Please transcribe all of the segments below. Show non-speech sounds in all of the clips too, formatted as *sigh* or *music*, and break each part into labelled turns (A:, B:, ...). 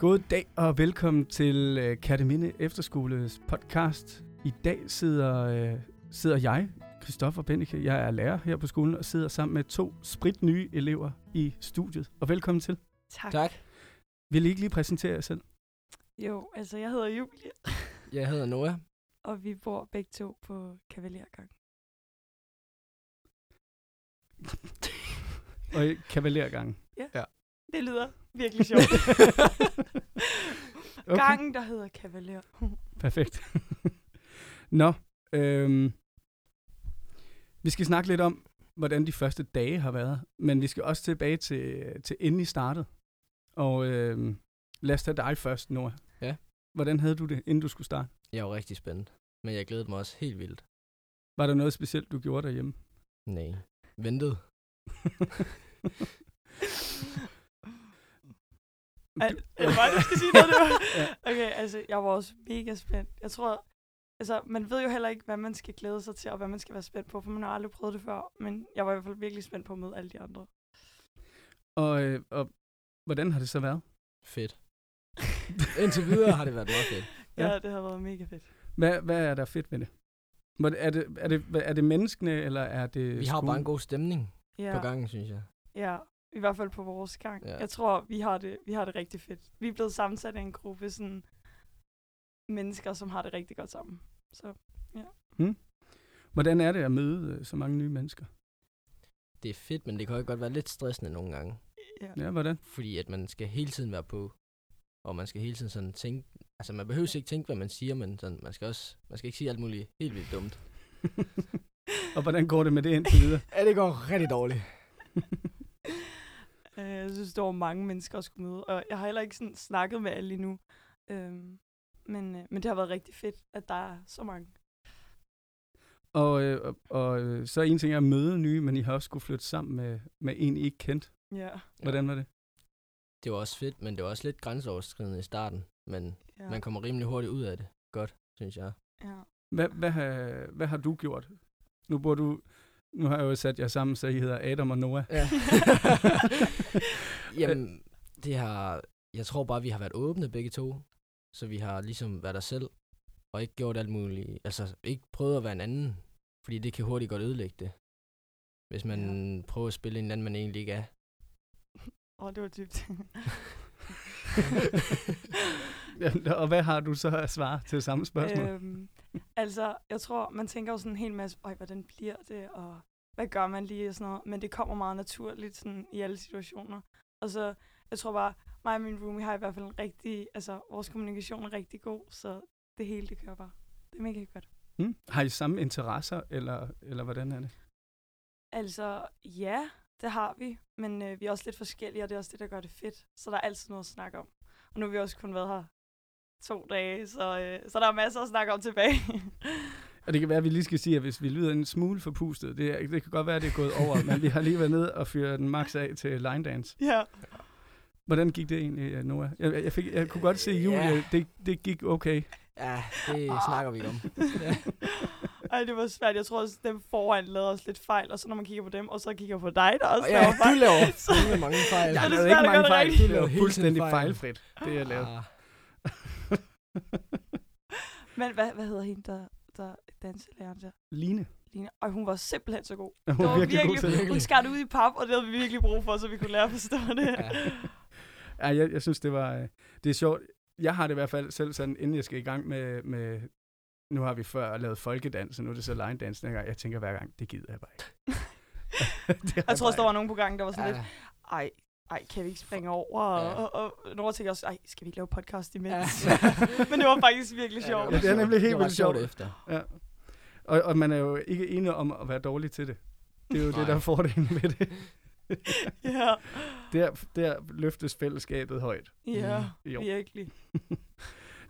A: God dag og velkommen til øh, Kærteminde Efterskoles podcast. I dag sidder, øh, sidder jeg, Christoffer Benneke, jeg er lærer her på skolen, og sidder sammen med to spritnye elever i studiet. Og velkommen til.
B: Tak.
C: Tak.
A: Vil I ikke lige præsentere jer selv?
B: Jo, altså jeg hedder Julie, *laughs*
C: Jeg hedder Noah.
B: og vi bor begge to på Kavalergang.
A: Og i kavalergangen.
B: Det lyder
A: *laughs*
B: virkelig sjovt. okay. Gangen, der hedder Kavaler.
A: Perfekt. *laughs* Nå, øhm, vi skal snakke lidt om, hvordan de første dage har været, men vi skal også tilbage til, til inden I startede. Og øhm, lad os tage dig først, Nora.
C: Ja.
A: Hvordan havde du det, inden du skulle starte?
C: Jeg var rigtig spændt, men jeg glædede mig også helt vildt.
A: Var der noget specielt, du gjorde
C: *laughs*
A: derhjemme?
C: Nej. Ventet.
B: Al- er det mig, der skal sige noget, det var? Okay, altså jeg var også mega spændt. Jeg tror, altså man ved jo heller ikke, hvad man skal glæde sig til, og hvad man skal være spændt på, for man har aldrig prøvet det før. Men jeg var i hvert fald virkelig spændt på at møde alle de andre.
A: og, øh, og hvordan har det så været?
C: Fedt. Indtil videre har det været meget fedt.
B: Ja,
A: Ja.
B: det har været mega fedt.
A: Hvad, hvad er der fedt ved det? Hvor- Er det, er, det, hvad- er det menneskene, eller er det
C: Vi har jo bare en
A: skolen?
C: god stemning
B: Ja.
C: på gangen, synes jeg.
B: Ja, i hvert fald på vores gang.
C: Ja.
B: Ja. Jeg tror, vi har, det, vi har det rigtig fedt. Vi er blevet sammensat af en gruppe sådan, mennesker, som har det rigtig godt sammen. Så
A: Hvordan er det at møde øh, så mange nye mennesker?
C: Det er fedt, men det kan jo godt være lidt stressende nogle gange.
B: ja.
A: Ja, hvordan?
C: Fordi at man skal hele tiden være på, og man skal hele tiden sådan tænke... Altså, man behøver ikke tænke, hvad man siger, men sådan, man skal også... Man skal ikke sige alt muligt helt vildt dumt.
A: *laughs* og hvordan går det med det indtil
C: *laughs*
A: videre?
C: Ja, det går rigtig dårligt.
B: Øh, Jeg synes, der var mange mennesker at skulle møde, og jeg har heller ikke sådan snakket med alle endnu. Øhm, men, øh, men det har været rigtig fedt, at der er så mange.
A: Og, øh, og, og øh, så en ting er at møde nye, men I har også skulle flytte sammen med, med en, I ikke kendte.
B: Ja.
A: Hvordan var det?
C: Det var også fedt, men det var også lidt grænseoverskridende i starten. Men
B: ja.
C: man kommer rimelig hurtigt ud af det. Godt, synes jeg.
B: ja.
A: Hvad, hvad, har, hvad har du gjort? Nu, bor du, nu har jeg jo sat jer sammen, så I hedder Adam og
C: *laughs*
A: Noah. *laughs*
B: *laughs*
C: Ja. Jamen, det har... Jeg tror bare, vi har været åbne begge to. Så vi har ligesom været os selv. Og ikke gjort alt muligt. Altså, ikke prøvet at være en anden. Fordi det kan hurtigt godt ødelægge det. Hvis man ja. prøver at spille en anden, man egentlig ikke er.
B: Åh, oh, det var dybt. *laughs*
A: Jamen, og hvad har du så at svare til samme spørgsmål? Øh.
B: Øhm, altså, jeg tror, man tænker jo sådan en hel masse, Øj, hvordan bliver det, og hvad gør man lige, og sådan noget. Men det kommer meget naturligt sådan, i alle situationer. Og så, jeg tror bare, mig og min roomie har i hvert fald en rigtig, altså, vores kommunikation er rigtig god, så det hele, det kører bare. Det er mega godt.
A: Hmm? Har I samme interesser, eller, eller hvordan er det?
B: Altså, ja, det har vi, men øh, vi er også lidt forskellige, og det er også det, der gør det fedt. Så der er altid noget at snakke om. Og nu har vi også kun været her to dage, så, øh, så der er masser at snakke om tilbage. *laughs*
A: Og det kan være, at vi lige skal sige, at hvis vi lyder en smule forpustet, det, er- det kan godt være, at det er gået over, men vi har lige været nede og fyret den max af til line dance.
B: ja.
A: Hvordan gik det egentlig, øh, Noah? Jeg, jeg, fik, jeg kunne godt se, Julie,
C: Ja.
A: det, det gik okay.
C: ja, det snakker vi om.
B: Ah. *laughs* Ej, det var svært. Jeg tror også, dem foran lavede os lidt fejl, og så når man kigger på dem, og så kigger på dig, der også
C: Og ja,
B: laver
C: du
B: fejl. *laughs*
C: laver
B: så-
C: fandme mange fejl.
B: Ja,
A: Jeg
B: det
A: lavede
B: svært
A: ikke
B: at gøre
A: mange
B: det
A: fejl. Det
B: rigtigt.
C: Du
A: var
C: laver hele
A: fuldstændig
C: tiden fejl.
A: fejlfrit, det jeg
B: *laughs*
A: lavede.
C: Ah,
B: Men hvad, hvad hedder hende, der, der danselæreren der?
A: Line.
B: Line. Og hun var simpelthen så god.
A: Hun
B: Det
A: var
B: var
A: virkelig, god til
B: virkelig,
A: det.
B: hun skar det ud i pap, og det havde vi virkelig brug for, så vi kunne lære at forstå det.
C: Ja.
A: Ja, jeg, jeg synes, det var øh, det er sjovt. Jeg har det i hvert fald selv sådan, inden jeg skal i gang med, med nu har vi før lavet folkedans, og nu er det så line dance gang. Jeg tænker hver gang, det gider jeg bare ikke.
B: *laughs*
A: *laughs* Det har
B: Jeg tror også, der
A: bare
B: var nogen på gangen, der var sådan
C: ja.
B: lidt, ej, ej, kan vi ikke springe over? Og,
C: Ja.
B: og, og Nora tænkte også, ej, skal vi ikke lave podcast imens?
C: Ja.
B: *laughs* Men det var faktisk virkelig
C: Ah. Ja,
B: sjovt.
C: var
A: Ja, det er
C: sjovt.
A: nemlig helt
C: Det var
A: vildt
C: ret sjovt
A: sjovt.
C: efter.
A: ikke. Og, og man er jo ikke enig om at være dårlig til det. Det er jo det,
C: Nej.
A: der er fordelen ved det.
B: Ja,
A: Der, der løftes fællesskabet højt.
B: ja,
A: Mm. Jo.
B: virkelig.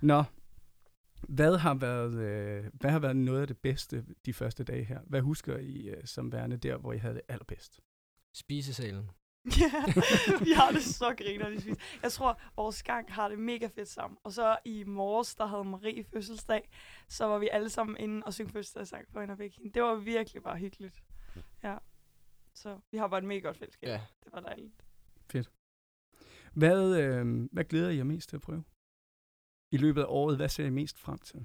A: Nå, hvad har, været, øh, hvad har været noget af det bedste de første dage her? Hvad husker I øh, som værende der, hvor I havde det allerbedst?
C: Spisesalen.
B: Ja, *laughs* vi har det så griner, vi spiser. Jeg tror, vores gang har det mega fedt sammen. Og så i morges, der havde Marie fødselsdag, så var vi alle sammen inde og synge fødselsdagssang for hende og fik hende. Det var virkelig bare hyggeligt. Ja, så vi har bare et mega godt fællesskab.
C: Ja.
B: Det var dejligt.
A: Hvad, øh, hvad glæder I jer mest til at prøve? I løbet af året, hvad ser I mest frem til?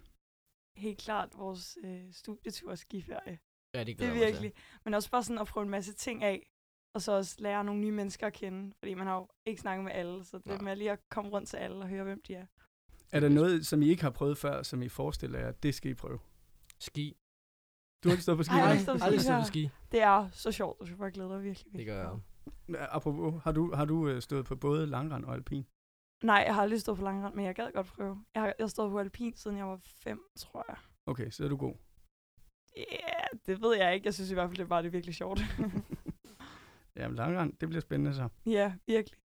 B: Helt klart vores øh, studietur og skiferie.
C: Ja, det
B: Det
C: glæder
B: er
C: jeg mig til.
B: virkelig. Men også bare sådan at prøve en masse ting af, og så også lære nogle nye mennesker at kende, fordi man har jo ikke snakket med alle, så det
C: Nej.
B: med lige at komme rundt til alle og høre, hvem de er.
A: Er der noget, som I ikke har prøvet før, som I forestiller jer, det skal I prøve?
C: Ski.
A: Du har ikke stået på ski?
B: Ej, jeg har ikke stået på ski
C: aldrig stået
B: før.
C: på ski.
B: Det er så sjovt, og så jeg glæder mig virkelig,
C: Det
B: virkelig.
C: gør jeg.
B: meget.
A: Apropos, har du, har du øh, stået på både langrand og alpin?
B: Nej, jeg har aldrig stået på langrand, men jeg gad godt prøve. Jeg har, jeg har stået på alpin, siden jeg var fem, tror jeg.
A: Okay, så er du
B: *laughs*
A: god.
B: Ja, yeah, det ved jeg ikke. Jeg synes i hvert fald, det var det er virkelig sjovt. *laughs*
A: Jamen, langrand, det bliver spændende så.
B: ja, virkelig.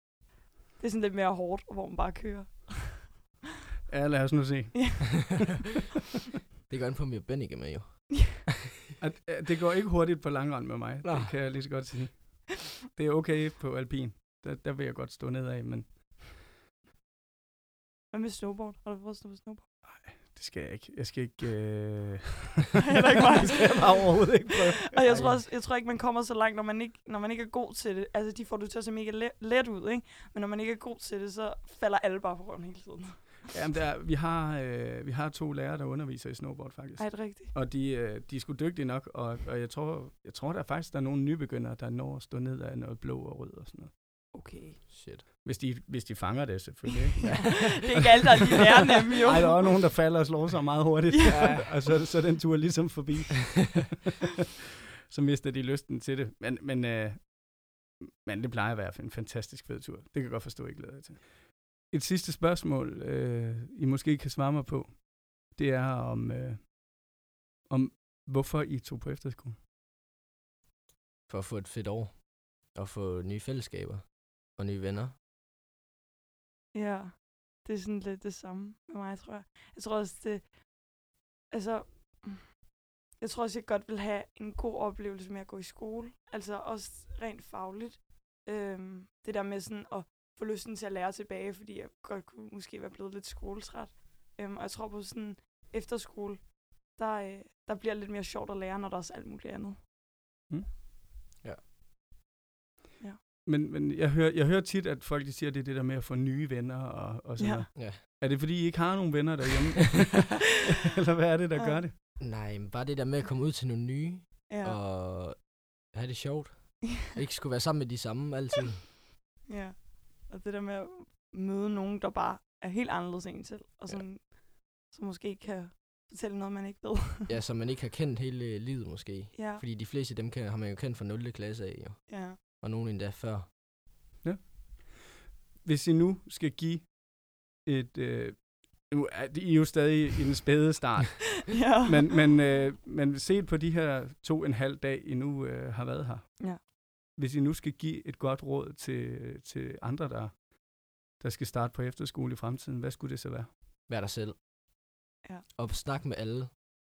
B: Det er sådan lidt mere hårdt, hvor man bare kører.
A: Ja, lad os nu se.
C: *laughs* det gør an på, om jeg Ben ikke er med, jo.
A: At, at det går ikke hurtigt på langrand med mig,
C: Nå.
A: det kan jeg lige så godt sige. Det er okay på alpin. Der, der vil jeg godt stå nedad, men
B: Hvad med snowboard? Har du prøvet at stå på
A: *laughs*
B: snowboard?
A: det skal jeg ikke. Jeg skal ikke...
B: *laughs*
A: Øh...
B: Heller ikke mig.
A: det skal *laughs* jeg bare overhovedet ikke prøve.
B: Og jeg tror,
A: Ej.
B: også, jeg tror ikke, man kommer så langt, når man ikke, når man ikke er god til det. Altså, de får du til at se mega let, let ud, ikke? Men når man ikke er god til det, så falder alle bare på røven hele tiden.
A: Jamen, der, vi, har, øh, vi har to lærere, der underviser i snowboard, faktisk.
B: Ej, det er rigtigt.
A: Og de, øh, de er sgu dygtige nok, og, og jeg, tror, jeg tror, der er faktisk der er nogle nybegyndere, der når at stå ned af noget blå og rød og sådan noget.
B: Okay.
C: Shit.
A: Hvis de, hvis de fanger det, selvfølgelig.
B: *laughs*
A: Ikke?
B: Ja. det er ikke alle, der er lige lærer nemlig, jo.
A: Ej, der er også nogen, der falder og slår sig meget hurtigt.
C: Ja.
A: *laughs* og så, så er den tur ligesom forbi. så mister de lysten til det. Men, men, øh, men det plejer at være en fantastisk fed tur. Det kan jeg godt forstå, I glæder jer til. Et sidste spørgsmål, øh, I måske kan svare mig på, det er om, øh, om hvorfor I tog på efterskole.
C: For at få et fedt år. Og få nye fællesskaber. Og nye venner.
B: Ja, det er sådan lidt det samme med mig, tror jeg. Jeg tror også, det... Altså... mm, Jeg tror også, jeg godt vil have en god oplevelse med at gå i skole. Altså også rent fagligt. Øhm, det der med sådan at få lysten til at lære tilbage, fordi jeg godt kunne måske være blevet lidt skoletræt. Øhm, og jeg tror på sådan efterskole, der, øh, der bliver lidt mere sjovt at lære, når der også er alt muligt andet.
A: Hm? Men, men jeg, hører, jeg hører tit, at folk de siger, at det er det der med at få nye venner og, og sådan
B: Ja.
A: noget.
C: Ja.
A: Er det, fordi I ikke har nogen venner
C: *laughs*
A: derhjemme? Eller hvad er det, der
B: Ja.
A: gør det?
C: Nej, men bare det der med at komme ud til nogle nye.
B: Ja.
C: Og have det sjovt.
B: *laughs*
C: Ikke skulle være sammen med de samme altid.
B: Ja, og det der med at møde nogen, der bare er helt anderledes end en selv, og
C: Ja.
B: som, ja. som måske kan fortælle noget, man ikke ved.
C: Ja, som man ikke har kendt hele øh, livet måske.
B: ja,
C: Fordi de fleste af dem kan, har man jo kendt fra 0. klasse af, jo.
B: *laughs*
C: *laughs*
B: ja.
C: Og nogen endda før.
A: hvis I nu skal give et... Øh, nu er I er jo stadig i den spæde
B: *laughs*
A: start,
B: ja.
A: men, men, øh, men set på de her to og en halv dag, I nu øh, har været her.
B: Ja.
A: Hvis I nu skal give et godt råd til, til andre, der, der skal starte på efterskole i fremtiden, hvad skulle det så være?
C: Vær dig selv.
B: Ja.
C: Og snak med alle.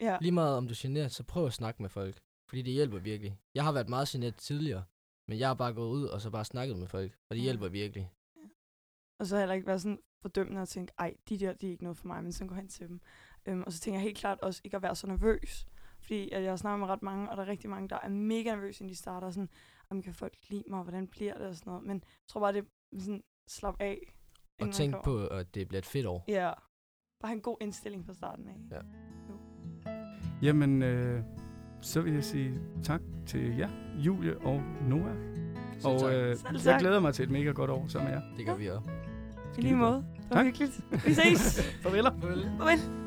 B: ja.
C: Lige meget om du er generet, så prøv at snakke med folk. Fordi det hjælper virkelig. Jeg har været meget generet tidligere, men jeg har bare gået ud og så bare snakket med folk. Og det
B: Mm.
C: hjælper virkelig.
B: Og så heller ikke være sådan fordømmende og tænke, ej, de der, de er ikke noget for mig, men sådan gå hen til dem. Øhm, og så tænker jeg helt klart også ikke at være så nervøs. Fordi at jeg har snakket med ret mange, og der er rigtig mange, der er mega nervøse, inden de starter. Sådan, om kan folk lide mig, og hvordan bliver det og sådan noget. Men jeg tror bare, det er sådan, slap af. inden
C: Og
B: man
C: tænk
B: kommer.
C: på, at det bliver et fedt år.
B: Ja. Bare have en god indstilling fra starten af.
C: Ja.
A: Jamen, øh, så vil jeg sige tak til jer, Julie og Noah.
C: Selv
A: Og
C: tak.
A: øh,
B: Selv
A: jeg
B: tak.
A: glæder mig til et mega godt år sammen med jer.
C: det gør vi også.
B: I lige
A: Skidegodt.
B: måde. Det var
A: Tak.
B: hyggeligt. Vi ses.
A: Farvel.
B: Farvel.